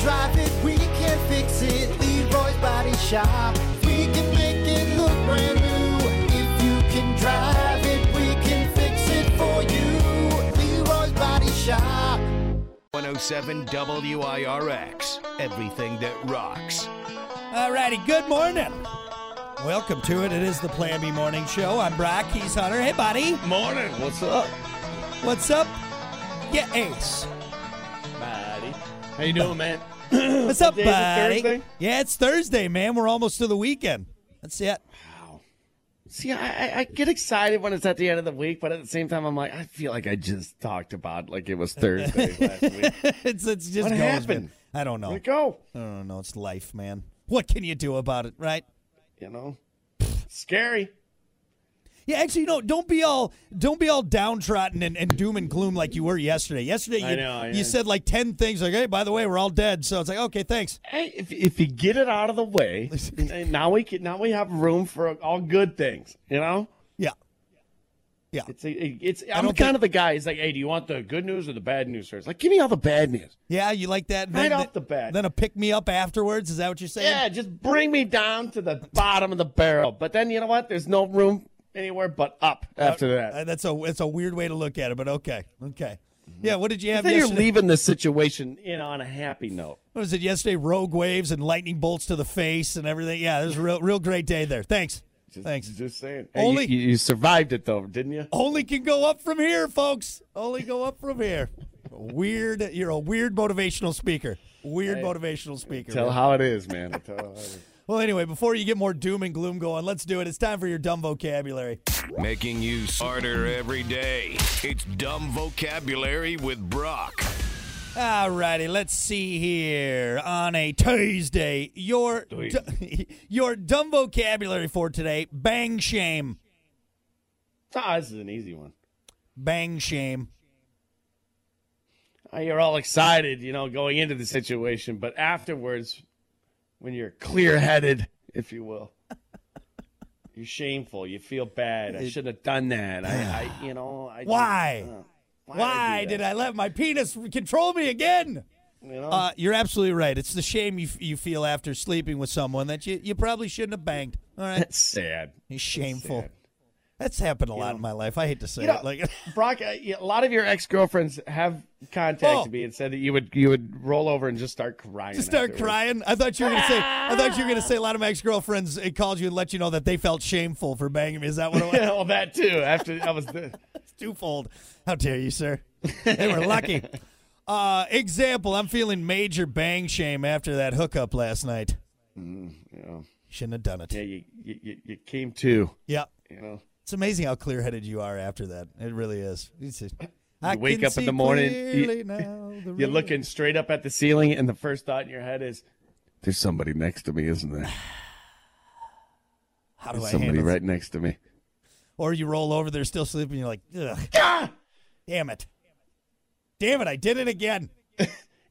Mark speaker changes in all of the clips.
Speaker 1: drive it, we can fix it. Leroy's Body Shop. We can make it look brand new. If you can drive it, we can fix it for you. Leroy's Body Shop.
Speaker 2: 107 WIRX. Everything that rocks.
Speaker 3: All righty, good morning. Welcome to it. It is the Plan B Morning Show. I'm Brock. He's Hunter. Hey, buddy.
Speaker 4: Morning. What's up?
Speaker 3: What's up? Yeah, Ace.
Speaker 4: Buddy. How you doing, man?
Speaker 3: What's up,
Speaker 4: Today's a
Speaker 3: buddy?
Speaker 4: Thursday?
Speaker 3: Yeah, it's Thursday, man. We're almost to the weekend. That's it.
Speaker 4: See, I, I- I get excited when it's at the end of the week, but at the same time, I'm like, I feel like I just talked about like it was Thursday last week.
Speaker 3: it's, it's just
Speaker 4: What
Speaker 3: goes, man.
Speaker 4: happened?
Speaker 3: I don't know.
Speaker 4: Let go.
Speaker 3: I don't know. It's life, man. What can you do about it, right?
Speaker 4: You know, scary.
Speaker 3: Yeah, actually, no. Don't be all don't be all downtrodden and, and doom and gloom like you were yesterday. Yesterday, you,
Speaker 4: I know,
Speaker 3: you
Speaker 4: yeah.
Speaker 3: said like ten things. Like, hey, by the way, we're all dead. So it's like, okay, thanks.
Speaker 4: Hey, if, if you get it out of the way, and- and now we can, now we have room for all good things. You know,
Speaker 3: Yeah,
Speaker 4: it's it's. I'm
Speaker 3: don't
Speaker 4: kind
Speaker 3: think-
Speaker 4: of the guy. He's like, hey, do you want the good news or the bad news first? Like, give me all the bad news.
Speaker 3: yeah. You like that? and
Speaker 4: Right
Speaker 3: then,
Speaker 4: off the bat.
Speaker 3: Then a pick me up afterwards. Is that what you're saying?
Speaker 4: Yeah, just bring me down to the bottom of the barrel. But then you know what? There's no room anywhere but up after that.
Speaker 3: Uh, that's a that's a weird way to look at it, but okay, okay. Yeah, what did you have
Speaker 4: then Mm-hmm. you're
Speaker 3: yesterday?
Speaker 4: leaving the situation in on a happy note.
Speaker 3: what was it yesterday? Rogue waves and lightning bolts to the face and everything. Yeah, it was a real real great day there. Thanks, thanks.
Speaker 4: Just saying.
Speaker 3: Only- Oh,
Speaker 4: Only you, you survived it though, didn't you?
Speaker 3: Only can go up from here, folks. Only go up from here. Weird. You're a weird motivational speaker. Weird motivational speaker.
Speaker 4: Tell
Speaker 3: man.
Speaker 4: how it is, man. I tell how it is.
Speaker 3: Well, anyway, before you get more doom and gloom going, let's do it. It's time for your dumb vocabulary.
Speaker 2: Making you smarter every day. It's Dumb Vocabulary with Brock.
Speaker 3: All righty, let's see here on a Tuesday. Your du- your dumb vocabulary for today: bang shame,
Speaker 4: Ah, this is an easy one.
Speaker 3: bang shame.
Speaker 4: Ah, you're all excited, you know, going into the situation, but afterwards, when you're clear-headed, if you will, you're shameful. You feel bad. I shouldn't have done that. I, I you know, I
Speaker 3: Why?
Speaker 4: uh,
Speaker 3: Why did
Speaker 4: do
Speaker 3: I let my penis control me again?
Speaker 4: that, You know?
Speaker 3: Uh, you're absolutely right. It's the shame you, you feel after sleeping with someone that you, you probably shouldn't have banged. All right,
Speaker 4: That's sad.
Speaker 3: it's shameful.
Speaker 4: sad.
Speaker 3: That's happened a lot in my life. I hate to say
Speaker 4: You know,
Speaker 3: it. Like,
Speaker 4: Brock, uh, yeah, a lot of your ex girlfriends have contacted
Speaker 3: Oh.
Speaker 4: me and said that you would you would roll over and just start crying.
Speaker 3: to start
Speaker 4: afterwards.
Speaker 3: crying. I thought you were gonna say. I thought you were gonna say a lot of my ex girlfriends called you and let you know that they felt shameful for banging me. Is that what it was?
Speaker 4: well, that too. After I was, the,
Speaker 3: twofold. How dare you, sir? They were lucky. Uh, example: I'm feeling major bang shame after that hookup last night.
Speaker 4: you know,
Speaker 3: Shouldn't have done it.
Speaker 4: Mm, yeah, you, you you- you came to,
Speaker 3: Yeah,
Speaker 4: you know,
Speaker 3: it's amazing how clear-headed you are after that. It really is. You see- I
Speaker 4: wake
Speaker 3: can
Speaker 4: up in
Speaker 3: see
Speaker 4: the morning, you-
Speaker 3: clearly now the
Speaker 4: you're
Speaker 3: real-
Speaker 4: looking straight up at the ceiling, and the first thought in your head is, "There's somebody next to me, isn't there?
Speaker 3: How do
Speaker 4: There's
Speaker 3: I
Speaker 4: somebody
Speaker 3: handle?
Speaker 4: right next to me."
Speaker 3: Or you roll over, they're still sleeping. You're like, Ugh. damn it, damn it, I did it again.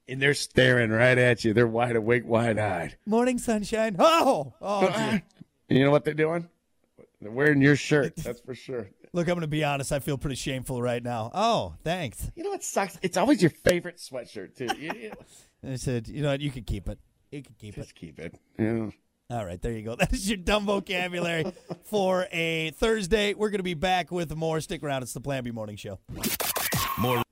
Speaker 4: And they're staring right at you. They're wide awake, wide eyed.
Speaker 3: Morning sunshine. Oh, oh. dear.
Speaker 4: You know what they're doing? They're wearing your shirt. That's for sure.
Speaker 3: Look, I'm gonna be honest. I feel pretty shameful right now. Oh, thanks.
Speaker 4: You know what sucks? It's always your favorite sweatshirt too. You, you-
Speaker 3: And I said, you know what, you can keep it. You can keep it.
Speaker 4: just keep it. Yeah.
Speaker 3: All right, there you go. That is your dumb vocabulary for a Thursday. We're going to be back with more. Stick around. It's the Plan B Morning Show.
Speaker 2: More